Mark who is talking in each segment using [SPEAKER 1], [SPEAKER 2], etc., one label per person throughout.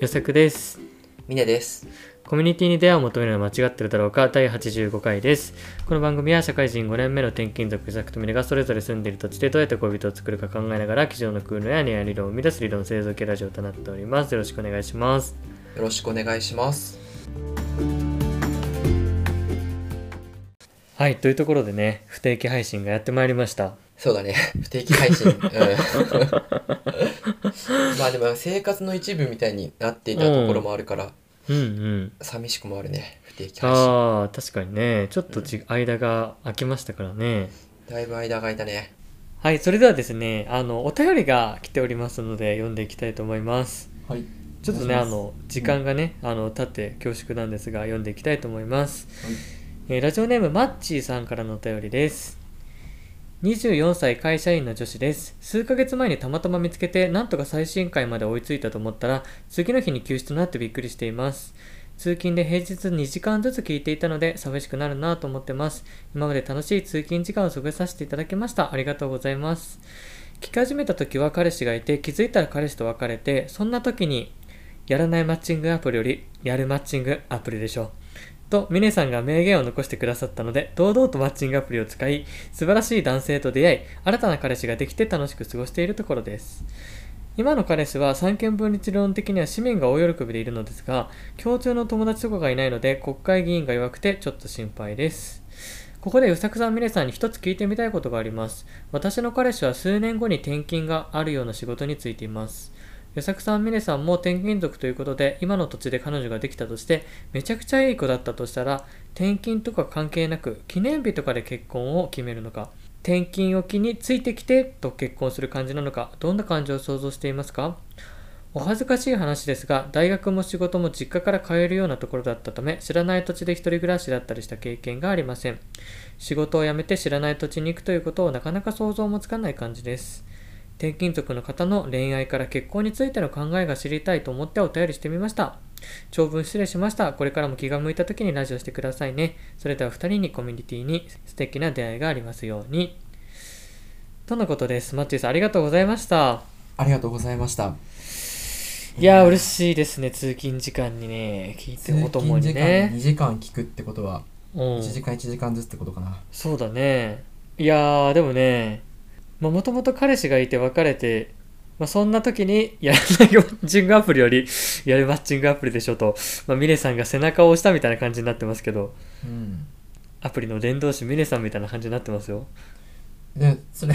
[SPEAKER 1] 予測です
[SPEAKER 2] ミネです。
[SPEAKER 1] コミュニティに出会いを求めるのは間違ってるだろうか第85回ですこの番組は社会人5年目の転勤族ザクとミネがそれぞれ住んでいる土地でどうやって恋人を作るか考えながら机上の空論や恋愛理論を生み出す理論製造系ラジオとなっておりますよろしくお願いします
[SPEAKER 2] よろしくお願いします。
[SPEAKER 1] はいというところでね不定期配信がやってまいりました
[SPEAKER 2] そうだね。 不定期配信。うん まあでも生活の一部みたいになっていたところもあるから、
[SPEAKER 1] うんうん
[SPEAKER 2] 寂しくもあるね。不定期配信。
[SPEAKER 1] あー確かにねちょっとじ、間が空きましたからね
[SPEAKER 2] だいぶ間が空いたね。
[SPEAKER 1] はいそれではですねあのお便りが来ておりますので読んでいきたいと思います
[SPEAKER 2] はい。
[SPEAKER 1] ちょっと
[SPEAKER 2] お
[SPEAKER 1] ね
[SPEAKER 2] 願
[SPEAKER 1] あ
[SPEAKER 2] いします
[SPEAKER 1] の時間がね、あの経って恐縮なんですが読んでいきたいと思います、
[SPEAKER 2] はい
[SPEAKER 1] えーラジオネームマッチーさんからのお便りです24歳会社員の女子です数ヶ月前にたまたま見つけてなんとか最新回まで追いついたと思ったら次の日に休止となってびっくりしています通勤で平日2時間ずつ聞いていたので寂しくなるなと思ってます今まで楽しい通勤時間を過ごさせていただきましたありがとうございます聞き始めた時は彼氏がいて気づいたら彼氏と別れてそんな時にやらないマッチングアプリよりやるマッチングアプリでしょうとミネさんが名言を残してくださったので堂々とマッチングアプリを使い素晴らしい男性と出会い新たな彼氏ができて楽しく過ごしているところです今の彼氏は三権分立論的には市民が大喜びでいるのですが共通の友達とかがいないので国会議員が弱くてちょっと心配ですここでうさくさんミネさんに一つ聞いてみたいことがあります私の彼氏は数年後に転勤があるような仕事に就いています与作さん、ミネさんも転勤族ということで、今の土地で彼女ができたとして、めちゃくちゃいい子だったとしたら、転勤とか関係なく、記念日とかで結婚を決めるのか、転勤を機についてきてと結婚する感じなのか、どんな感じを想像していますかお恥ずかしい話ですが、大学も仕事も実家から通えるようなところだったため、知らない土地で一人暮らしだったりした経験がありません。仕事を辞めて知らない土地に行くということをなかなか想像もつかない感じです。転勤族の方の恋愛から結婚についての考えが知りたいと思ってお便りしてみました長文失礼しましたこれからも気が向いた時にラジオしてくださいねそれでは2人にコミュニティに素敵な出会いがありますようにとのことですマッチーさんありがとうございました
[SPEAKER 2] ありがとうございました。
[SPEAKER 1] いやー嬉しいですね通勤時間にね聞いておともにね、
[SPEAKER 2] 時間聞くってことは、
[SPEAKER 1] うん、
[SPEAKER 2] 間1時間ずつってことかな。
[SPEAKER 1] そうだねいやーでもねもともと彼氏がいて別れて、まあ、そんな時にやらないマッチングアプリよりやるマッチングアプリでしょと、まあ、ミネさんが背中を押したみたいな感じになってますけど
[SPEAKER 2] うん。
[SPEAKER 1] アプリの伝道師ミネさんみたいな感じになってますよ
[SPEAKER 2] ねそれ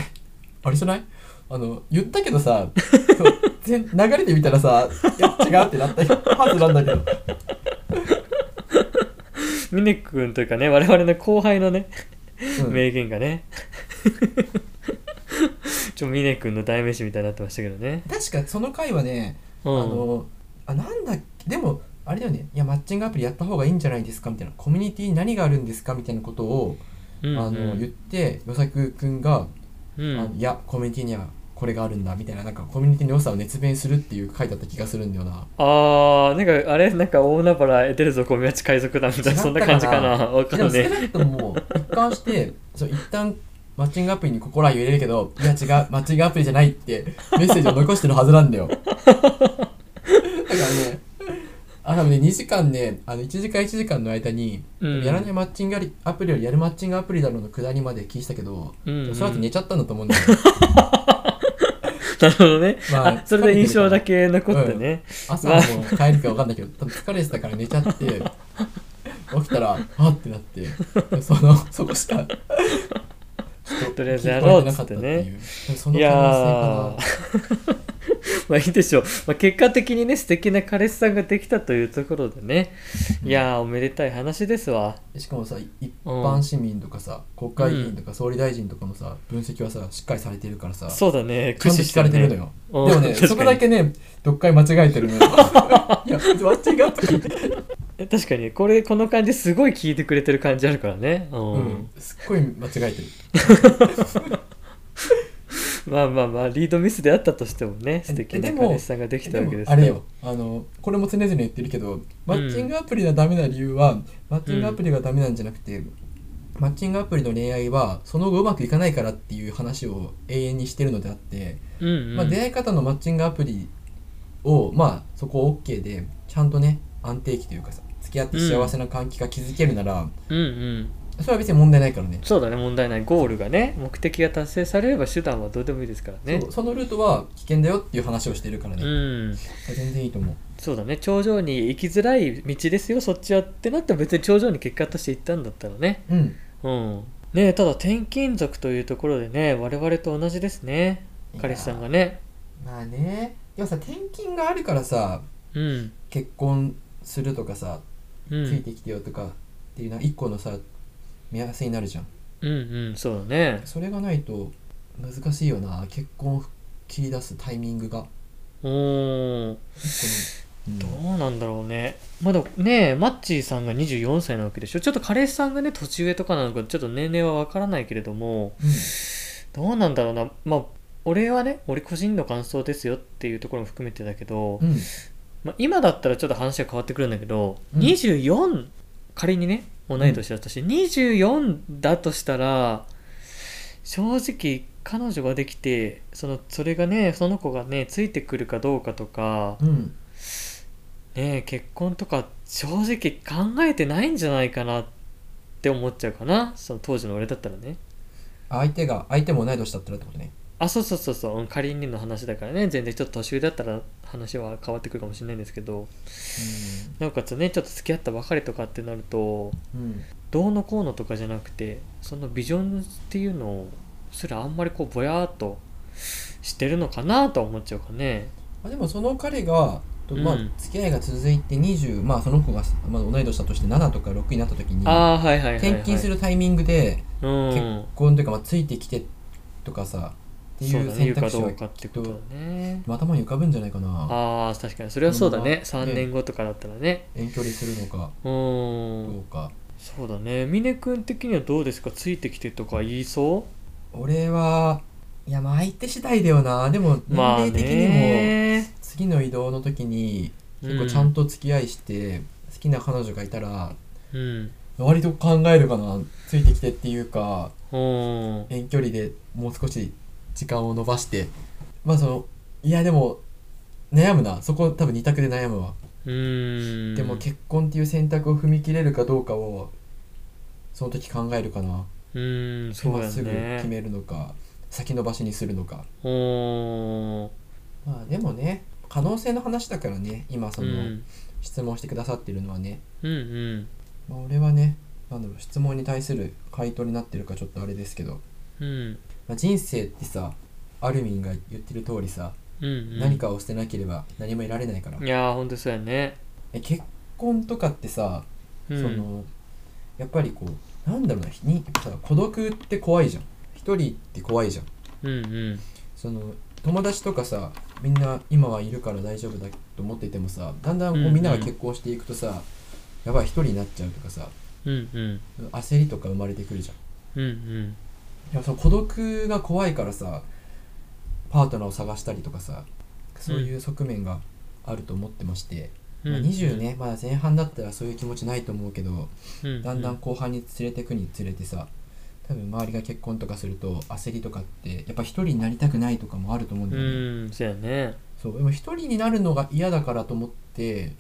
[SPEAKER 2] あれじゃないあの言ったけ どさそう全流れてみたらさいや違うってなったはずなんだけど
[SPEAKER 1] ミネ君というかね我々の後輩のね、
[SPEAKER 2] うん
[SPEAKER 1] 名言がね ちょミネ君の代名詞みたいになってましたけどね
[SPEAKER 2] 確かその回はね、
[SPEAKER 1] うん
[SPEAKER 2] あのあなんだっけでもあれだよねいやマッチングアプリやった方がいいんじゃないですかみたいなコミュニティに何があるんですかみたいなことを、
[SPEAKER 1] うんうん
[SPEAKER 2] あの言って与作くんが、
[SPEAKER 1] うん
[SPEAKER 2] あのいやコミュニティにはこれがあるんだみたいななんかコミュニティの良さを熱弁するっていう回だった気がするんだよな
[SPEAKER 1] あーなんかあれなんか大海原へ出るぞゴミ町海賊団みたいなそんな感じかなわか
[SPEAKER 2] でも
[SPEAKER 1] ん
[SPEAKER 2] 少
[SPEAKER 1] ね
[SPEAKER 2] なくとも一貫してそう一旦マッチングアプリに心は揺れるけどいや違うマッチングアプリじゃないってメッセージを残してるはずなんだよだからねあのね2時間ねあの1時間1時間の間に、
[SPEAKER 1] うん
[SPEAKER 2] やらないマッチングアプリよりやるマッチングアプリだろうのくだりまで聞いてたけど、
[SPEAKER 1] うんうん
[SPEAKER 2] おそらく寝ちゃったんだと思うんだよね
[SPEAKER 1] なるほどね、
[SPEAKER 2] まあ
[SPEAKER 1] あ、それで印象だけ残ってね、
[SPEAKER 2] 朝もう帰るか分かんないけど多分疲れてたから寝ちゃって起きたらあってなってそのそこしか
[SPEAKER 1] とりあえずやろうっ
[SPEAKER 2] 聞
[SPEAKER 1] つ
[SPEAKER 2] こ
[SPEAKER 1] っ
[SPEAKER 2] え
[SPEAKER 1] て
[SPEAKER 2] なかたって
[SPEAKER 1] ね
[SPEAKER 2] いうその
[SPEAKER 1] い
[SPEAKER 2] 可能性
[SPEAKER 1] や
[SPEAKER 2] か
[SPEAKER 1] ー まあいいでしょう、まあ、結果的にね素敵な彼氏さんができたというところでねいやーおめでたい話ですわ
[SPEAKER 2] なしかもさ一般市民とかさ国会議員とか総理大臣とかのさ分析はさしっかりされてるからさち
[SPEAKER 1] そうだね
[SPEAKER 2] ゃ
[SPEAKER 1] 駆
[SPEAKER 2] ん
[SPEAKER 1] 使
[SPEAKER 2] と聞
[SPEAKER 1] して、
[SPEAKER 2] か
[SPEAKER 1] ね、
[SPEAKER 2] れてるのよで
[SPEAKER 1] うん
[SPEAKER 2] もね
[SPEAKER 1] 確かに
[SPEAKER 2] そこだけねどっかい間違えて るのよいや間違って聞いて
[SPEAKER 1] え確かにこれこの感じすごい聞いてくれてる感じあるからねうん、
[SPEAKER 2] うんすっごい間違えてる
[SPEAKER 1] まあまあまあリードミスであったとしてもね素敵
[SPEAKER 2] えで
[SPEAKER 1] な
[SPEAKER 2] も
[SPEAKER 1] 彼氏さんができたわけです
[SPEAKER 2] あ
[SPEAKER 1] から
[SPEAKER 2] れよあのこれも常々言ってるけどマッチングアプリがダメな理由は、マッチングアプリがダメなんじゃなくて、マッチングアプリの恋愛はその後うまくいかないからっていう話を永遠にしてるのであって、
[SPEAKER 1] うんうん
[SPEAKER 2] まあ、出会い方のマッチングアプリをまあそこ OK でちゃんとね安定期というかさ付き合って幸せな関係が築けるなら、
[SPEAKER 1] うんうん
[SPEAKER 2] それは別に問題ないからね
[SPEAKER 1] そうだね問題ないゴールがね目的が達成されれば手段はどうでもいいですからね
[SPEAKER 2] そうそのルートは危険だよっていう話をしてるからね、
[SPEAKER 1] うん
[SPEAKER 2] 全然いいと思う
[SPEAKER 1] そうだね頂上に行きづらい道ですよそっちはってなっても別に頂上に結果として行ったんだったらね
[SPEAKER 2] うん
[SPEAKER 1] うんねえただ転勤族というところでね我々と同じですね彼氏さんがね
[SPEAKER 2] まあねでもさ転勤があるからさ
[SPEAKER 1] うん
[SPEAKER 2] 結婚するとかさ
[SPEAKER 1] う
[SPEAKER 2] つい
[SPEAKER 1] ん
[SPEAKER 2] てきてよとかっていうな一個のさ目安になるじゃん
[SPEAKER 1] うんうんそうだね
[SPEAKER 2] それがないと難しいよな結婚を切り出すタイミングがこ
[SPEAKER 1] うーん
[SPEAKER 2] の、うん
[SPEAKER 1] どうなんだろうねまだねえマッチーさんが24歳なわけでしょちょっと彼氏さんがね年上とかなのかちょっと年齢はわからないけれども
[SPEAKER 2] うん
[SPEAKER 1] どうなんだろうなまあ俺はね俺個人の感想ですよっていうところも含めてだけど、
[SPEAKER 2] うん
[SPEAKER 1] まあ、今だったらちょっと話が変わってくるんだけど、
[SPEAKER 2] うん
[SPEAKER 1] 24仮にね同い年だとして、24だとしたら正直彼女ができてそのそれがねその子がねついてくるかどうかとか、
[SPEAKER 2] うん
[SPEAKER 1] ねえ結婚とか正直考えてないんじゃないかなって思っちゃうかなその当時の俺だったらね
[SPEAKER 2] 相手が相手も同い年だったらってことね
[SPEAKER 1] あそうそうそうそううん仮にの話だからね全然ちょっと年上だったら話は変わってくるかもしれないんですけどなおかつねちょっと付き合ったばかりとかってなると
[SPEAKER 2] うん、うん、
[SPEAKER 1] どうのこうのとかじゃなくてそのビジョンっていうのすらあんまりこうぼやーっとしてるのかなとは思っちゃうかね
[SPEAKER 2] あでもその彼がとまあ
[SPEAKER 1] うん
[SPEAKER 2] 付き合いが続いて20、まあその子が、まあ、同い年だとして7とか6になった時に
[SPEAKER 1] ああーはいはいはい、はい、
[SPEAKER 2] 転勤するタイミングで
[SPEAKER 1] うん
[SPEAKER 2] 結婚というか、まあ、ついてきてとかさって
[SPEAKER 1] そう
[SPEAKER 2] い
[SPEAKER 1] だ
[SPEAKER 2] う
[SPEAKER 1] ね言
[SPEAKER 2] 選
[SPEAKER 1] うか
[SPEAKER 2] 択肢
[SPEAKER 1] ど
[SPEAKER 2] は
[SPEAKER 1] う
[SPEAKER 2] き
[SPEAKER 1] か
[SPEAKER 2] っ
[SPEAKER 1] ってこと
[SPEAKER 2] と
[SPEAKER 1] だね
[SPEAKER 2] 頭に浮かぶんじゃないかな
[SPEAKER 1] ああ確かにそれはそうだね
[SPEAKER 2] そのまま
[SPEAKER 1] 3年後とかだったらね
[SPEAKER 2] 遠距離するのか
[SPEAKER 1] う
[SPEAKER 2] ど
[SPEAKER 1] ー
[SPEAKER 2] うんか、
[SPEAKER 1] そうだね峰君的にはどうですかついてきてとか言いそ
[SPEAKER 2] 俺はいやまあ相手次第だよなでも
[SPEAKER 1] う
[SPEAKER 2] 年
[SPEAKER 1] まあ
[SPEAKER 2] 齢的にも
[SPEAKER 1] ね
[SPEAKER 2] 次の移動の時に結
[SPEAKER 1] う
[SPEAKER 2] 構
[SPEAKER 1] ん
[SPEAKER 2] ちゃんと付き合いして好きな彼女がいたら
[SPEAKER 1] うん
[SPEAKER 2] 割と考えるかなついてきてっていうか
[SPEAKER 1] うーん
[SPEAKER 2] 遠距離でもう少し時間を延ばしてまあそのいやでも悩むなそこ多分二択で悩むわ、
[SPEAKER 1] うーん
[SPEAKER 2] でも結婚っていう選択を踏み切れるかどうかをその時考えるかな
[SPEAKER 1] うーんそう
[SPEAKER 2] 今
[SPEAKER 1] だ
[SPEAKER 2] すぐ決
[SPEAKER 1] ね
[SPEAKER 2] めるのか先延ばしにするのか
[SPEAKER 1] うーん
[SPEAKER 2] まあでもね可能性の話だからね今そうの
[SPEAKER 1] ん
[SPEAKER 2] 質問してくださってるのはね、
[SPEAKER 1] うんうん
[SPEAKER 2] まあ、俺はねなんだろう質問に対する回答になってるかちょっとあれですけど、
[SPEAKER 1] うん
[SPEAKER 2] まあ、人生ってさアルミンが言ってる通りさ、
[SPEAKER 1] うんうん
[SPEAKER 2] 何かを捨てなければ何もいられないから、
[SPEAKER 1] いやーほんとそうやね
[SPEAKER 2] え結婚とかってさ、
[SPEAKER 1] う
[SPEAKER 2] そ
[SPEAKER 1] ん
[SPEAKER 2] のやっぱりこうなんだろうなひにさ孤独って怖いじゃん一人って怖いじゃん
[SPEAKER 1] うんうん
[SPEAKER 2] その友達とかさみんな今はいるから大丈夫だと思っててもさだんだんこ
[SPEAKER 1] うんう
[SPEAKER 2] うんみんなが結婚していくとさ、やばい一人になっちゃうとかさ
[SPEAKER 1] うんうん
[SPEAKER 2] 焦りとか生まれてくるじゃん
[SPEAKER 1] うんうん
[SPEAKER 2] いやその孤独が怖いからさパートナーを探したりとかさそういう側面があると思ってまして、
[SPEAKER 1] うん
[SPEAKER 2] まあ、20ねまだ前半だったらそういう気持ちないと思うけど
[SPEAKER 1] うう
[SPEAKER 2] だんだん後半に連れてくにつれてさ多分周りが結婚とかすると焦りとかってやっぱ一人になりたくないとかもあると思うん
[SPEAKER 1] う
[SPEAKER 2] だよ
[SPEAKER 1] ー
[SPEAKER 2] ね、
[SPEAKER 1] んそうやね
[SPEAKER 2] そうでも一人になるのが嫌だからと思って、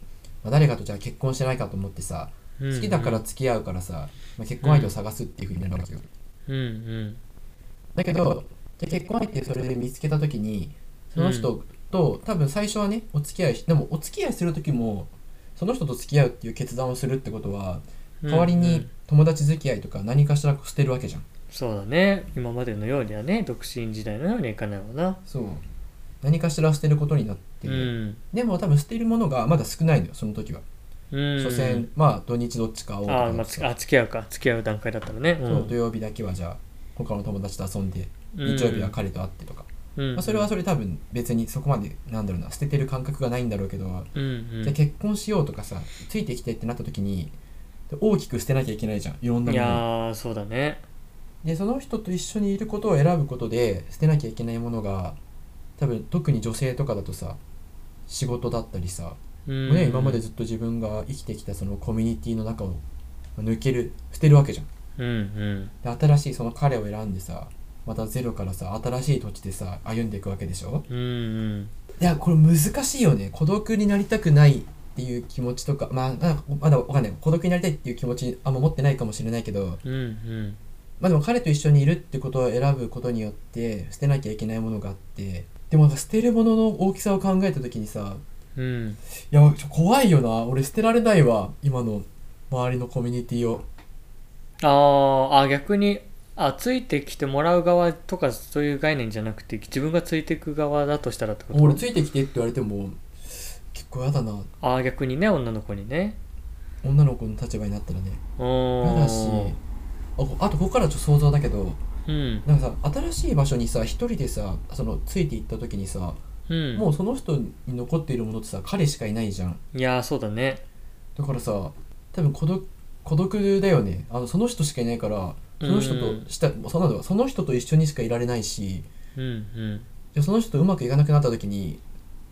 [SPEAKER 2] まあ誰かとじゃあ結婚してないかと思ってさ
[SPEAKER 1] うんうん
[SPEAKER 2] 好きだから付き合うからさ、まあ、結婚相手を探すっていうふうになるわけよ、
[SPEAKER 1] うんうん
[SPEAKER 2] だけどじゃあ結婚相手それで見つけた時にその人と、多分最初はねお付き合いしでもお付き合いする時もその人と付き合うっていう決断をするってことは代わり
[SPEAKER 1] うんう
[SPEAKER 2] に
[SPEAKER 1] ん
[SPEAKER 2] 友達付き合いとか何かしら捨てるわけじゃん
[SPEAKER 1] そうだね今までのようにはね独身時代のようにはいかないわな
[SPEAKER 2] そう何かしら捨てることになって
[SPEAKER 1] う
[SPEAKER 2] る、
[SPEAKER 1] ん
[SPEAKER 2] でも多分捨てるものがまだ少ないのよその時は
[SPEAKER 1] うん
[SPEAKER 2] 所詮まあ土日どっちかを
[SPEAKER 1] あー、まあ、つあ付き合うか付き合う段階だったらねう
[SPEAKER 2] そう土
[SPEAKER 1] ん
[SPEAKER 2] 曜日だけはじゃあ他の友達と遊んで日
[SPEAKER 1] うん
[SPEAKER 2] 曜日は彼と会ってとか、
[SPEAKER 1] うん
[SPEAKER 2] まあ、それはそれ多分別にそこまでなんだろうな捨ててる感覚がないんだろうけど、
[SPEAKER 1] うん
[SPEAKER 2] じゃあ結婚しようとかさついてきてってなった時にで大きく捨てなきゃいけないじゃんいろん
[SPEAKER 1] う
[SPEAKER 2] なん
[SPEAKER 1] い
[SPEAKER 2] も
[SPEAKER 1] や
[SPEAKER 2] のを
[SPEAKER 1] ーそうだね
[SPEAKER 2] でその人と一緒にいることを選ぶことで捨てなきゃいけないものが多分特に女性とかだとさ仕事だったりさ、
[SPEAKER 1] うん
[SPEAKER 2] ね、今までずっと自分が生きてきたそのコミュニティの中を抜ける捨てるわけじゃん
[SPEAKER 1] うんうん
[SPEAKER 2] で新しいその彼を選んでさまたゼロからさ新しい土地でさ歩んでいくわけでしょ
[SPEAKER 1] うんうん
[SPEAKER 2] でいやこれ難しいよね孤独になりたくないっていう気持ちとかまあまだまだわかんない孤独になりたいっていう気持ちあんま持ってないかもしれないけど
[SPEAKER 1] うんうん
[SPEAKER 2] まあでも彼と一緒にいるってことを選ぶことによって捨てなきゃいけないものがあってでもなんか捨てるものの大きさを考えた時にさ
[SPEAKER 1] うん
[SPEAKER 2] いやちょ怖いよな俺捨てられないわ今の周りのコミュニティを
[SPEAKER 1] あーあ逆にあついてきてもらう側とかそういう概念じゃなくて自分がついていく側だとしたらってこと
[SPEAKER 2] 俺ついてきてって言われても結構やだな
[SPEAKER 1] ああ逆にね女の子にね
[SPEAKER 2] 女の子の立場になったらね
[SPEAKER 1] う
[SPEAKER 2] や
[SPEAKER 1] ん
[SPEAKER 2] だしあこあとここからちょっと想像だけど
[SPEAKER 1] うん
[SPEAKER 2] なんかさ新しい場所にさ一人でさそのついていった時にさ、
[SPEAKER 1] うん
[SPEAKER 2] もうその人に残っているものってさ彼しかいないじゃん
[SPEAKER 1] いやーそうだね
[SPEAKER 2] だからさ多分孤独孤独だよねあのその人しかいないからその人
[SPEAKER 1] うん
[SPEAKER 2] とした、そのその人と一緒にしかいられないし
[SPEAKER 1] うん
[SPEAKER 2] でその人とうまくいかなくなった時に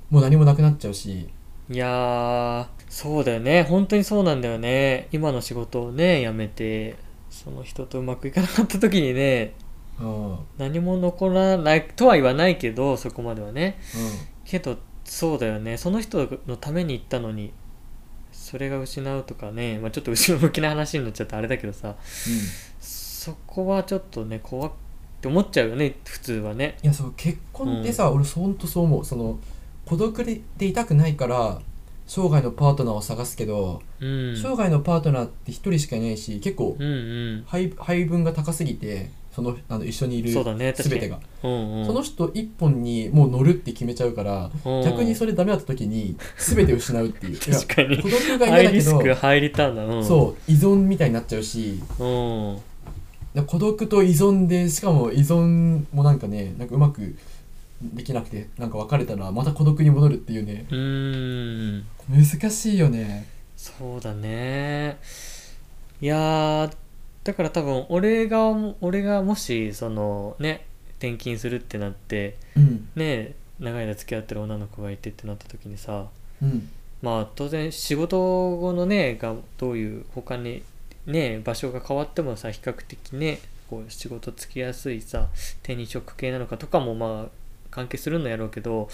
[SPEAKER 2] もう何もなくなっちゃうし
[SPEAKER 1] うんいやーそうだよね本当にそうなんだよね今の仕事をね辞めてその人とうまくいかなかった時にね
[SPEAKER 2] うん、うん、
[SPEAKER 1] 何も残らないとは言わないけどそこまではねけどそうだよねその人のために行ったのにそれが失うとかね、まあ、ちょっと後ろ向きな話になっちゃったあれだけどさ
[SPEAKER 2] うん
[SPEAKER 1] そこはちょっとね怖っって思っちゃうよね普通はね
[SPEAKER 2] いやそう結婚ってさ、俺そうほんとそう思うその孤独でいたくないから生涯のパートナーを探すけど、
[SPEAKER 1] うん
[SPEAKER 2] 生涯のパートナーって一人しかいないし結構
[SPEAKER 1] うんうん
[SPEAKER 2] 配配分が高すぎてそのあの一緒にいる
[SPEAKER 1] そうだね確か
[SPEAKER 2] 全
[SPEAKER 1] に
[SPEAKER 2] てが
[SPEAKER 1] うんうん
[SPEAKER 2] その人一本にもう乗るって決めちゃうから
[SPEAKER 1] うん
[SPEAKER 2] 逆にそれダメだった時に全て失うっていう
[SPEAKER 1] 確かに
[SPEAKER 2] いや孤独が
[SPEAKER 1] ハ
[SPEAKER 2] 嫌
[SPEAKER 1] イ
[SPEAKER 2] だけ
[SPEAKER 1] リス
[SPEAKER 2] ど
[SPEAKER 1] クハイリターンだうん
[SPEAKER 2] そう依存みたいになっちゃうし
[SPEAKER 1] う、うん、
[SPEAKER 2] だから孤独と依存でしかも依存もなんかねなんかうまくできなくてなんか別れたらまた孤独に戻るっていうね
[SPEAKER 1] うーん
[SPEAKER 2] 難しいよね
[SPEAKER 1] そうだねいやーだから多分俺がも俺がもしそのね転勤するってなって
[SPEAKER 2] うん
[SPEAKER 1] ね長い間付き合ってる女の子がいてってなった時にさ
[SPEAKER 2] うん
[SPEAKER 1] まあ当然仕事後のねがどういう他にね場所が変わってもさ比較的ねこう仕事つきやすいさ手に職系なのかとかもまあ関係するのやろうけど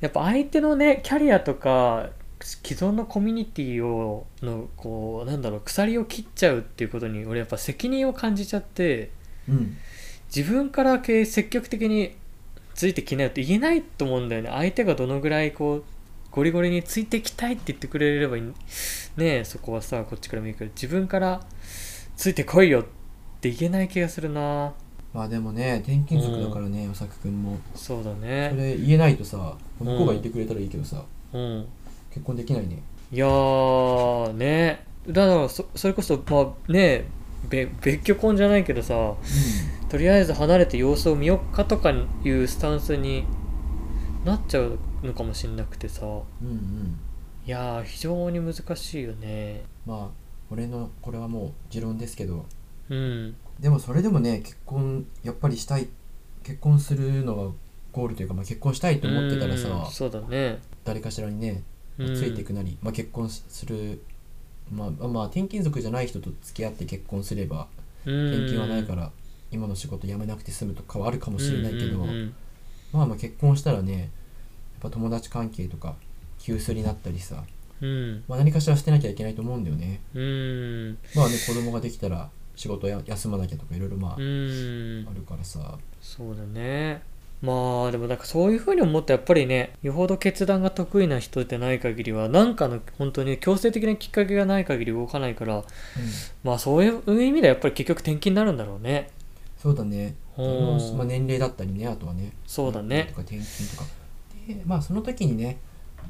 [SPEAKER 1] やっぱ相手のねキャリアとか既存のコミュニティをのこうなんだろう鎖を切っちゃうっていうことに俺やっぱ責任を感じちゃって
[SPEAKER 2] うんうん
[SPEAKER 1] 自分からけ積極的についてきなよって言えないと思うんだよね相手がどのぐらいこうゴリゴリについてきたいって言ってくれればいいねえそこはさこっちから見るけど自分からついてこいよって言えない気がするな
[SPEAKER 2] まあでもね転勤族だからね与作君も
[SPEAKER 1] そうだ
[SPEAKER 2] そ
[SPEAKER 1] ね
[SPEAKER 2] れ言えないとさ向こうが言ってくれたらいいけどさ、
[SPEAKER 1] うん
[SPEAKER 2] 結婚できないね
[SPEAKER 1] いやーねだからそそれこそまあねべ別居婚じゃないけどさとりあえず離れて様子を見よっかとかいうスタンスになっちゃうのかもしんなくてさ
[SPEAKER 2] うんうんうん
[SPEAKER 1] いやー非常に難しいよね
[SPEAKER 2] まあ俺のこれはもう持論ですけど
[SPEAKER 1] うん
[SPEAKER 2] でもそれでもね結婚やっぱりしたい結婚するのがゴールというか、まあ、結婚したいと思ってたらさ、
[SPEAKER 1] うんそうだね
[SPEAKER 2] 誰かしらにね、
[SPEAKER 1] うん
[SPEAKER 2] ついていくなり、まあ、結婚しする、まあ、まあ転勤族じゃない人と付き合って結婚すれば
[SPEAKER 1] うん
[SPEAKER 2] 転勤はないから、今の仕事辞めなくて済むとかはあるかもしれないけど、
[SPEAKER 1] うんうん
[SPEAKER 2] まあまあ結婚したらねやっぱ友達関係とか急須になったりさ、
[SPEAKER 1] うん
[SPEAKER 2] まあ、何かしらしてなきゃいけないと思うんだよね
[SPEAKER 1] うん
[SPEAKER 2] まあね子供ができたら仕事や休まなきゃとかいろいろまあ、
[SPEAKER 1] うん
[SPEAKER 2] あるからさ
[SPEAKER 1] そうだねまあでもなんかそういうふうに思ったらやっぱりねよほど決断が得意な人でない限りはなんかの本当に強制的なきっかけがない限り動かないからまあそういう意味ではやっぱり結局転勤になるんだろうね
[SPEAKER 2] そうだね、
[SPEAKER 1] う
[SPEAKER 2] そのまあ、
[SPEAKER 1] ん
[SPEAKER 2] 年齢だったりねあとはね
[SPEAKER 1] そうだね
[SPEAKER 2] とか転勤とかでまあその時にね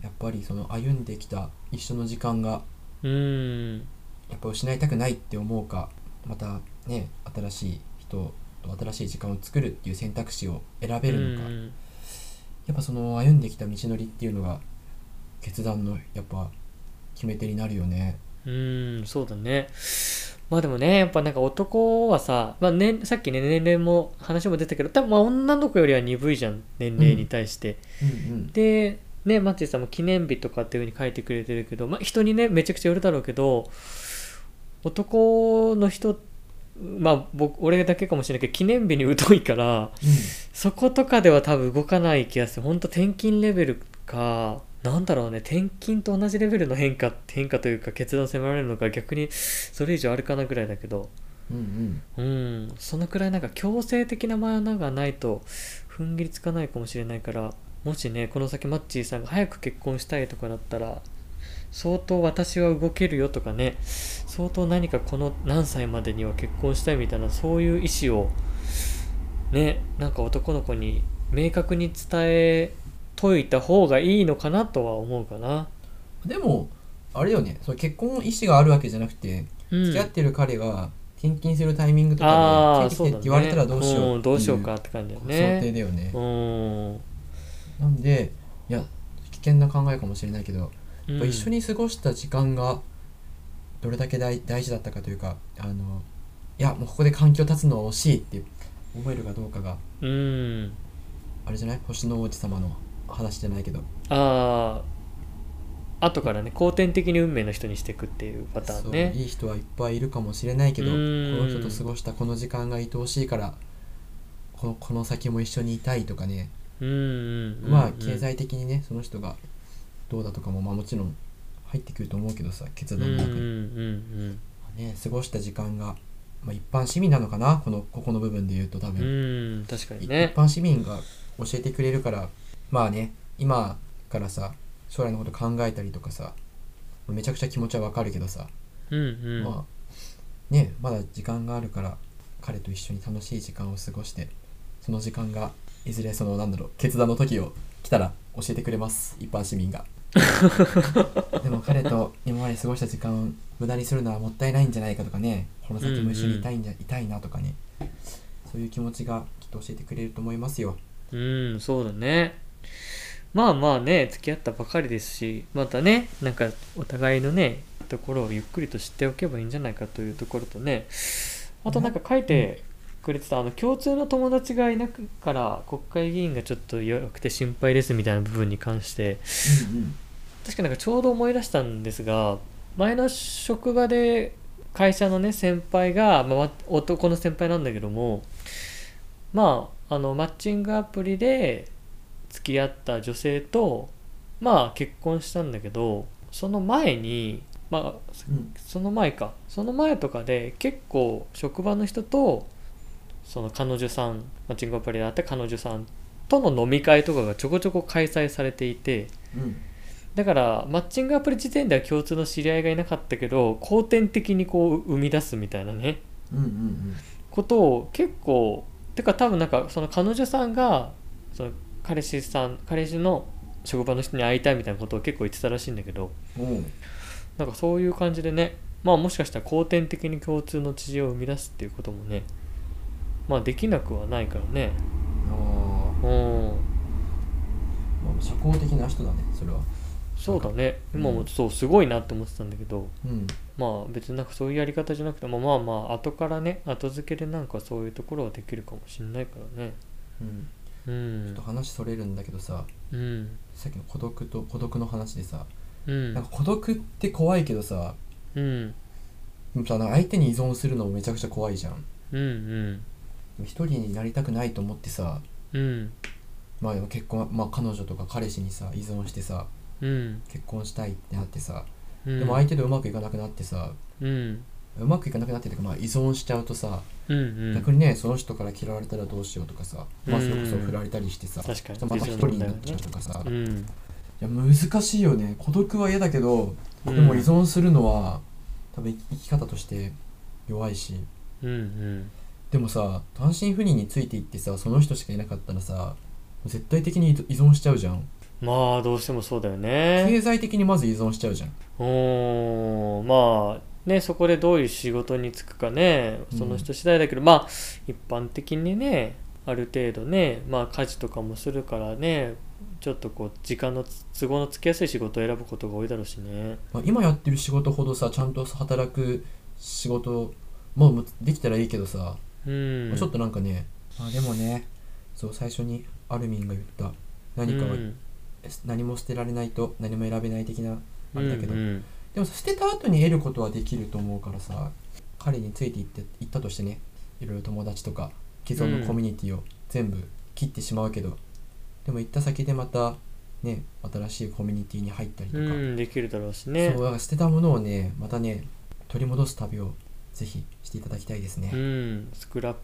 [SPEAKER 2] やっぱりその歩んできた一緒の時間が
[SPEAKER 1] うん
[SPEAKER 2] やっぱ失いたくないって思うかまたね新しい人と新しい時間を作るっていう選択肢を選べるのか、
[SPEAKER 1] う
[SPEAKER 2] や
[SPEAKER 1] ん
[SPEAKER 2] っぱその歩んできた道のりっていうのが決断のやっぱ決め手になるよね
[SPEAKER 1] うーん、そうだね。まあでもね、やっぱなんか男はさ、まあね、さっきね、年齢も話も出たけど、多分まあ女の子よりは鈍いじゃん、年齢に対して。
[SPEAKER 2] うんうん
[SPEAKER 1] で、ね、マッチーさんも記念日とかっていう風に書いてくれてるけど、まあ人にね、めちゃくちゃよるだろうけど、男の人まあ僕俺だけかもしれないけど記念日に疎いからそことかでは多分動かない気がするほんと転勤レベルかなんだろうね転勤と同じレベルの変化変化というか決断を迫られるのか逆にそれ以上あるかなぐらいだけど
[SPEAKER 2] うんうん
[SPEAKER 1] うんそのくらいなんか強制的な穴がないと踏ん切りつかないかもしれないからもしねこの先マッチーさんが早く結婚したいとかだったら相当私は動けるよとかね相当何かこの何歳までには結婚したいみたいなそういう意思をねなんか男の子に明確に伝えといた方がいいのかなとは思うかな。
[SPEAKER 2] でもあれよねその結婚の意思があるわけじゃなくて、
[SPEAKER 1] うん、
[SPEAKER 2] 付き合ってる彼が転勤するタイミングと
[SPEAKER 1] あ
[SPEAKER 2] か
[SPEAKER 1] あ
[SPEAKER 2] でつい
[SPEAKER 1] そ
[SPEAKER 2] て
[SPEAKER 1] う
[SPEAKER 2] き
[SPEAKER 1] だ
[SPEAKER 2] て
[SPEAKER 1] ね
[SPEAKER 2] って言われたらどうしようってい
[SPEAKER 1] んどうしようかって感じだよ
[SPEAKER 2] 想
[SPEAKER 1] ね。
[SPEAKER 2] 定だよね
[SPEAKER 1] うん
[SPEAKER 2] なんでいや危険な考えかもしれないけどやっぱ一緒
[SPEAKER 1] に
[SPEAKER 2] に過ごした時間がどれだけ大大事だったかというかあのいやもうここで環境立つのは惜しいって思えるかどうかが
[SPEAKER 1] うん
[SPEAKER 2] あれじゃない星の王子様の話じゃないけど
[SPEAKER 1] ああ後からね後天的に運命の人にしていくっていうパターン
[SPEAKER 2] そう
[SPEAKER 1] ね
[SPEAKER 2] いい人はいっぱいいるかもしれないけど
[SPEAKER 1] う
[SPEAKER 2] こ
[SPEAKER 1] ーん
[SPEAKER 2] の人と過ごしたこの時間が愛おしいからこのこの先も一緒にいたいとかね、
[SPEAKER 1] うんうんうん
[SPEAKER 2] まあ経済的にねその人がどうだとかも、まあ、もちろん入ってくると思うけどさ決
[SPEAKER 1] うんう
[SPEAKER 2] 断の
[SPEAKER 1] んうん
[SPEAKER 2] 中に、ね、過ごした時間が、まあ、一般市民なのかなこのここの部分で言うと多
[SPEAKER 1] うんう
[SPEAKER 2] 分。
[SPEAKER 1] んうん確かに
[SPEAKER 2] い
[SPEAKER 1] ね
[SPEAKER 2] 一般市民が教えてくれるからまあね今からさ将来のこと考えたりとかさめちゃくちゃ気持ちはわかるけどさ、
[SPEAKER 1] うんうん、
[SPEAKER 2] まあねまだ時間があるから彼と一緒に楽しい時間を過ごしてその時間がいずれそのなんだろう決断の時を来たら教えてくれます一般市民 がでも彼と今まで過ごした時間を無駄にするのはもったいないんじゃないかとかねこの先も一緒にいたいんじゃ、いたいなとかねそういう気持ちがきっと教えてくれると思いますよ
[SPEAKER 1] うんそうだねまあまあね付き合ったばかりですしまたねなんかお互いのねところをゆっくりと知っておけばいいんじゃないかというところとねあとなんか書いてくれてたあの共通の友達がいなくから国会議員がちょっと弱くて心配ですみたいな部分に関して確かなんかちょうど思い出したんですが前の職場で会社のね先輩が、まあわ、男の先輩なんだけどもまああのマッチングアプリで付き合った女性とまあ結婚したんだけどその前にまあ
[SPEAKER 2] うんうん
[SPEAKER 1] その前かその前とかで結構職場の人とその彼女さんマッチングアプリで会った彼女さんとの飲み会とかがちょこちょこ開催されていて、
[SPEAKER 2] うん
[SPEAKER 1] だからマッチングアプリ時点では共通の知り合いがいなかったけど後天的にこう生み出すみたいなね
[SPEAKER 2] うんうん
[SPEAKER 1] ことを結構てか多分なんかその彼女さんがその彼氏さん彼氏の職場の人に会いたいみたいなことを結構言ってたらしいんだけど
[SPEAKER 2] うんおう
[SPEAKER 1] なんかそういう感じでねまあもしかしたら後天的に共通の知人を生み出すっていうこともねまあできなくはないからね
[SPEAKER 2] あ
[SPEAKER 1] うん
[SPEAKER 2] ーまあ社交的な人だねそれは
[SPEAKER 1] そうだね
[SPEAKER 2] うん
[SPEAKER 1] 今もそうすごいなって思ってたんだけど、
[SPEAKER 2] うん
[SPEAKER 1] まあ別になんかそういうやり方じゃなくてもまあまあ後からね後付けでなんかそういうところはできるかもしれないからね
[SPEAKER 2] うん
[SPEAKER 1] う
[SPEAKER 2] ちょ
[SPEAKER 1] ん
[SPEAKER 2] っと話それるんだけどさ
[SPEAKER 1] うん
[SPEAKER 2] さっきの孤独と孤独の話でさ
[SPEAKER 1] う
[SPEAKER 2] なん
[SPEAKER 1] ん
[SPEAKER 2] か孤独って怖いけどさ
[SPEAKER 1] うん
[SPEAKER 2] でもさなんか相手に依存するのもめちゃくちゃ怖いじゃん
[SPEAKER 1] うんうん
[SPEAKER 2] 一人になりたくないと思ってさ
[SPEAKER 1] うん
[SPEAKER 2] まあでも結婚、まあ、彼女とか彼氏にさ依存してさ
[SPEAKER 1] うん
[SPEAKER 2] 結婚したいってなってさ
[SPEAKER 1] うん
[SPEAKER 2] でも相手とうまくいかなくなってさ
[SPEAKER 1] うん
[SPEAKER 2] うまくいかなくなってとか、まあ、依存しちゃうとさ
[SPEAKER 1] うんうん
[SPEAKER 2] 逆にねその人から嫌われたらどうしようとかさ、まあ、それこそ振られたりしてさ、
[SPEAKER 1] 確かに
[SPEAKER 2] また一人になっちゃうとかさ、
[SPEAKER 1] う
[SPEAKER 2] い
[SPEAKER 1] ん
[SPEAKER 2] や難しいよね孤独は嫌だけど
[SPEAKER 1] う
[SPEAKER 2] で
[SPEAKER 1] ん
[SPEAKER 2] も依存するのは多分生き方として弱いし
[SPEAKER 1] うんうん
[SPEAKER 2] でもさ単身赴任についていってさその人しかいなかったらさ絶対的に依存しちゃうじゃん
[SPEAKER 1] まあどうしてもそうだよね
[SPEAKER 2] 経済的にまず依存しちゃうじゃん
[SPEAKER 1] うーんまあねそこでどういう仕事に就くかねその人次第だけど、まあ一般的にねある程度ねまあ家事とかもするからねちょっとこう時間のつ都合のつきやすい仕事を選ぶことが多いだろうしね
[SPEAKER 2] まあ、今やってる仕事ほどさちゃんと働く仕事ももうできたらいいけどさ、
[SPEAKER 1] うん
[SPEAKER 2] まあちょっとなんかね、まあ、でもねそう最初にアルミンが言った何かは、
[SPEAKER 1] うん
[SPEAKER 2] 何も捨てられないと何も選べない的なあれだけど、
[SPEAKER 1] うんうん
[SPEAKER 2] でもさ捨てた後に得ることはできると思うからさ彼についていっていったとしてねいろいろ友達とか既存のコミュニティを全部切ってしまうけど、でも行った先でまたね新しいコミュニティに入ったりと
[SPEAKER 1] う
[SPEAKER 2] か、
[SPEAKER 1] んできるだろうしね
[SPEAKER 2] そうだから捨てたものをねまたね取り戻す旅をぜひしていただきたいですね、
[SPEAKER 1] うんスクラッ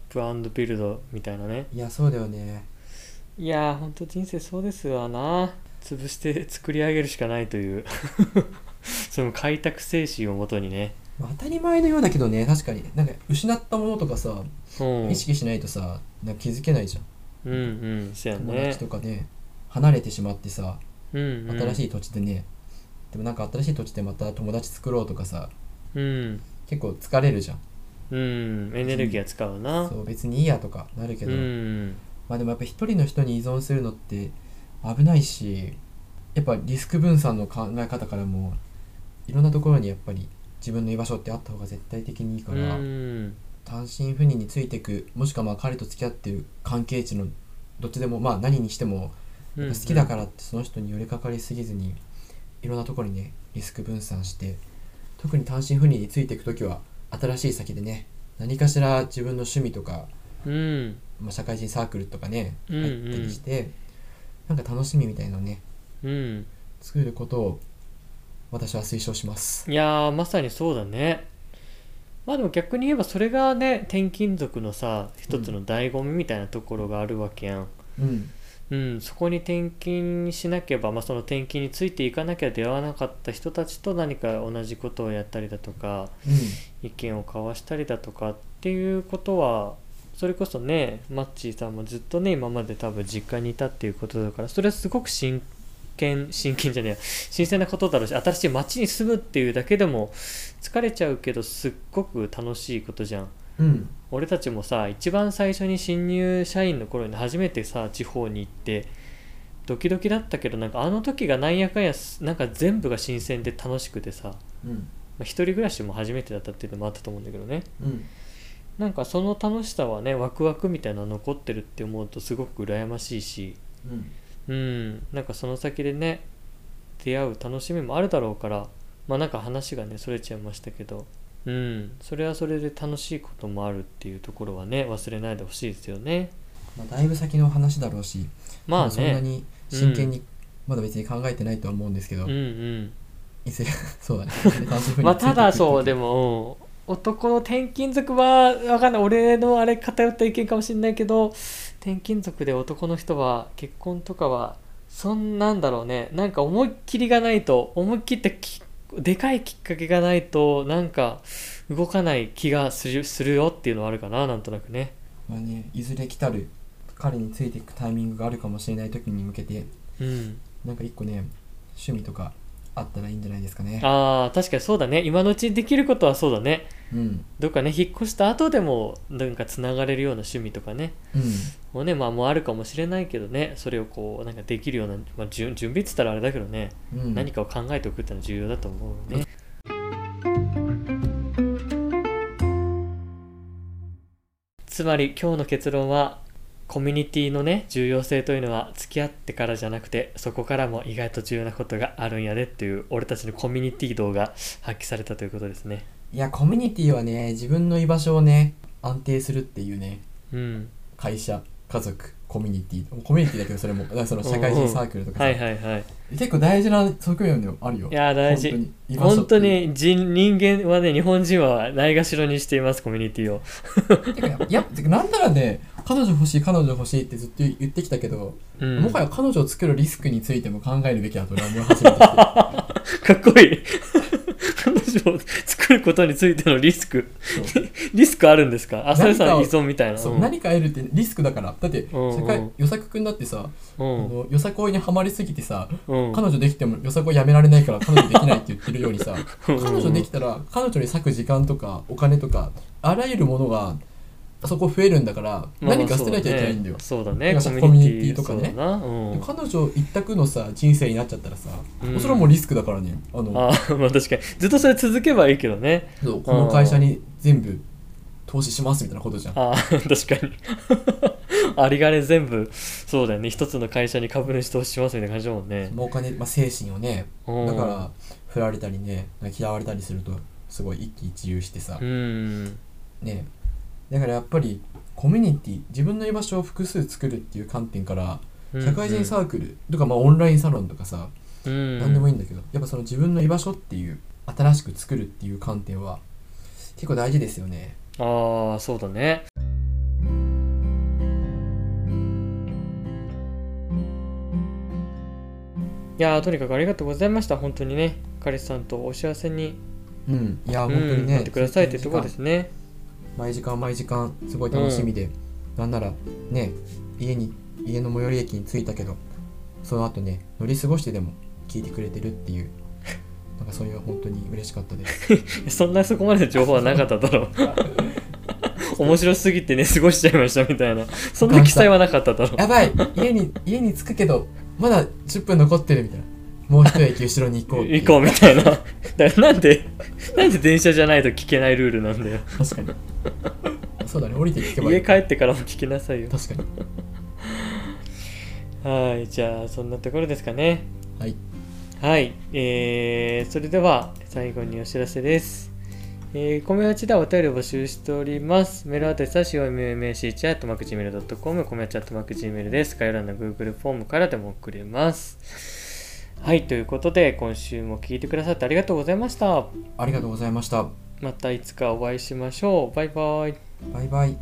[SPEAKER 1] プビルドみたいなね
[SPEAKER 2] いやそうだよね
[SPEAKER 1] いやーほんと人生そうですわな潰して作り上げるしかないという その開拓精神をもとにね
[SPEAKER 2] まあ当たり前のようだけどね確かになんか失ったものとかさ
[SPEAKER 1] うん
[SPEAKER 2] 意識しないとさなんか気づけないじゃん
[SPEAKER 1] うんうんそうや
[SPEAKER 2] 友
[SPEAKER 1] ね
[SPEAKER 2] 達とかね離れてしまってさ
[SPEAKER 1] うんうん、
[SPEAKER 2] 新しい土地でね、でもなんか新しい土地でまた友達作ろうとかさ
[SPEAKER 1] うん
[SPEAKER 2] 結構疲れるじゃん
[SPEAKER 1] うんエネルギーは使うな
[SPEAKER 2] そう別にいいやとかなるけど、
[SPEAKER 1] うん
[SPEAKER 2] まあでもやっぱ一人の人に依存するのって危ないしやっぱリスク分散の考え方からもいろんなところにやっぱり自分の居場所ってあった方が絶対的にいいか
[SPEAKER 1] う
[SPEAKER 2] ら、
[SPEAKER 1] ん
[SPEAKER 2] 単身赴任についていくもしくはまあ彼と付き合ってる関係値のどっちでもまあ何にしても
[SPEAKER 1] うん
[SPEAKER 2] 好きだからってその人に寄りかかりすぎずにいろんなところにねリスク分散して特に単身赴任についていく時は新しい先でね何かしら自分の趣味とか、
[SPEAKER 1] うん
[SPEAKER 2] まあ、社会人サークルとかね
[SPEAKER 1] うんうん
[SPEAKER 2] 入ったりして、なんか楽しみみたいなのをね
[SPEAKER 1] うん
[SPEAKER 2] 作ることを私は推奨します
[SPEAKER 1] いやーまさにそうだねまあでも逆に言えばそれがね転勤族のさ一つの醍醐味みたいなところがあるわけやん
[SPEAKER 2] うん
[SPEAKER 1] うん、そこに転勤しなければ、まあ、その転勤についていかなきゃ出会わなかった人たちと何か同じことをやったりだとか
[SPEAKER 2] う
[SPEAKER 1] 意見を交わしたりだとかっていうことはそれこそねマッチーさんもずっとね今まで多分実家にいたっていうことだからそれはすごく真剣真剣じゃねえや新鮮なことだろうし新しい町に住むっていうだけでも疲れちゃうけどすっごく楽しいことじゃん。
[SPEAKER 2] んうん
[SPEAKER 1] 俺たちもさ一番最初に新入社員の頃に初めてさ地方に行ってドキドキだったけどなんかあの時がなんやかんやすなんか全部が新鮮で楽しくてさ、ま
[SPEAKER 2] うん
[SPEAKER 1] あ一人暮らしも初めてだったっていうのもあったと思うんだけどね
[SPEAKER 2] うん
[SPEAKER 1] なんかその楽しさはねワクワクみたいなの残ってるって思うとすごく羨ましいし
[SPEAKER 2] う
[SPEAKER 1] う
[SPEAKER 2] ん
[SPEAKER 1] んなんかその先でね出会う楽しみもあるだろうからまあなんか話がねそれちゃいましたけどうんそれはそれで楽しいこともあるっていうところはね忘れないでほしいですよね
[SPEAKER 2] まあ、だいぶ先の話だろうし
[SPEAKER 1] まあ
[SPEAKER 2] そんな
[SPEAKER 1] ね
[SPEAKER 2] に真剣に、まだ別に考えてないとは思うんですけど、
[SPEAKER 1] うんうん
[SPEAKER 2] 伊勢そうだね。単身赴任
[SPEAKER 1] まあただそうで
[SPEAKER 2] も。
[SPEAKER 1] も、うん男の転勤族はわかんない俺のあれ偏った意見かもしれないけど転勤族で男の人は結婚とかはそんなんだろうねなんか思いっきりがないと思いっきってきでかいきっかけがないとなんか動かない気がするするよっていうのはあるかななんとなくね
[SPEAKER 2] まあね、いずれ来たる彼についていくタイミングがあるかもしれない時に向けて、
[SPEAKER 1] うん
[SPEAKER 2] なんか一個ね、趣味とかあったらいいんじゃないですかね。
[SPEAKER 1] あー確かにそうだね今のうちにできることはそうだね
[SPEAKER 2] うん。うん。
[SPEAKER 1] どっかね引っ越した後でもなんかつながれるような趣味とかねもうねまあもうあるかもしれないけどねそれをこうなんかできるような、まあ、準準備っつったらあれだけどね、
[SPEAKER 2] うん、
[SPEAKER 1] 何かを考えておくってのは重要だと思うね、つまり今日の結論はコミュニティのね重要性というのは付き合ってからじゃなくてそこからも意外と重要なことがあるんやでっていう俺たちのコミュニティ道が発揮されたということですね
[SPEAKER 2] いや、コミュニティはね、自分の居場所をね、安定するっていうね、
[SPEAKER 1] うん
[SPEAKER 2] 会社、家族、コミュニティ。コミュニティだけど、それも、だ からその社会人サークルとかさ
[SPEAKER 1] はいはいはい
[SPEAKER 2] 結構大事な側面でもあるよ。
[SPEAKER 1] いやー大事
[SPEAKER 2] 本当に。
[SPEAKER 1] 本当。に人人間はね日本人はないがしろにしていますコミュニティを
[SPEAKER 2] てかいや、てかなんならね、彼女欲しい、彼女欲しいってずっと言ってきたけど、
[SPEAKER 1] うん
[SPEAKER 2] もはや彼女を作るリスクについても考えるべきだと俺は思い始めてきて
[SPEAKER 1] かっこいい彼女を作ることについてのリスク
[SPEAKER 2] そう
[SPEAKER 1] リスクあるんですか浅井さん依
[SPEAKER 2] 何か
[SPEAKER 1] 存みたいな
[SPEAKER 2] そう、
[SPEAKER 1] うん
[SPEAKER 2] 何か得るってリスクだからだって
[SPEAKER 1] うんうん
[SPEAKER 2] 社会よさこくんだってさ、
[SPEAKER 1] う
[SPEAKER 2] あ
[SPEAKER 1] ん
[SPEAKER 2] のよさこいにはまりすぎてさ、
[SPEAKER 1] うん
[SPEAKER 2] 彼女できてもよさこいやめられないから彼女できないって言ってるよりさ
[SPEAKER 1] うん
[SPEAKER 2] 彼女できたら彼女に割く時間とかお金とかあらゆるものがそこ増えるんだから
[SPEAKER 1] まあまあ
[SPEAKER 2] 何か捨てなきゃいけないんだよ、
[SPEAKER 1] そうだね
[SPEAKER 2] だ
[SPEAKER 1] そ
[SPEAKER 2] か
[SPEAKER 1] うだ
[SPEAKER 2] ら
[SPEAKER 1] ね
[SPEAKER 2] コミュニティとかね
[SPEAKER 1] そうだな、うん、
[SPEAKER 2] 彼女一択のさ人生になっちゃったらさ、
[SPEAKER 1] うん
[SPEAKER 2] それはもうリスクだからねあの
[SPEAKER 1] あーまあ確かにずっとそれ続けばいいけどね
[SPEAKER 2] そうこの会社に全部投資しますみたいなことじゃん
[SPEAKER 1] ああ確かに ありがね全部そうだよね一つの会社に株主投資しますみたいな感じだもんね
[SPEAKER 2] まあお金、まあ、精神をね
[SPEAKER 1] うん
[SPEAKER 2] だから振られたりね嫌われたりするとすごい一喜一憂してさ、
[SPEAKER 1] うん
[SPEAKER 2] ねだからやっぱりコミュニティ自分の居場所を複数作るっていう観点から社会人サークルとか、まあ、オンラインサロンとかさ、
[SPEAKER 1] うんうん、
[SPEAKER 2] 何でもいい
[SPEAKER 1] い
[SPEAKER 2] んだけどやっぱその自分の居場所っていう新しく作るっていう観点は結構大事ですよね
[SPEAKER 1] ああそうだねいやーとにかくありがとうございました本当にね彼氏さんとお幸せに、
[SPEAKER 2] うんいや
[SPEAKER 1] う
[SPEAKER 2] 本
[SPEAKER 1] ん
[SPEAKER 2] 当にね、
[SPEAKER 1] なってくださいってところですね
[SPEAKER 2] 毎時間毎時間すごい楽しみで、なんならね家に家の最寄り駅に着いたけどその後ね乗り過ごしてでも聞いてくれてるって いうなんかそういう本当に嬉しかったです
[SPEAKER 1] そんなそこまでの情報はなかっただ ろう面白すぎてね過ごしちゃいましたみたいなそんな記載はなかっただろう
[SPEAKER 2] やばい家に家に着くけどまだ10分残ってるみたいなもう一駅後ろに行こうってい
[SPEAKER 1] 行こうみたいなだからなんでなんで電車じゃないと聞けないルールなんだよ
[SPEAKER 2] 確かに そうだね降りて聞けばいい
[SPEAKER 1] 家帰ってからも聞きなさいよ
[SPEAKER 2] 確かに
[SPEAKER 1] はいじゃあそんなところですかね
[SPEAKER 2] はい
[SPEAKER 1] はい、えー、それでは最後にお知らせです。えー、米八ではお便りを募集しております。メールアドレスは COMMACH.macgmail.com、米八 .macgmail です。概要欄の Google フォームからでも送れます。はい、ということで今週も聞いてくださってありがとうございました。
[SPEAKER 2] ありがとうございました
[SPEAKER 1] またいつかお会いしましょう。バイバイ。
[SPEAKER 2] バイバイ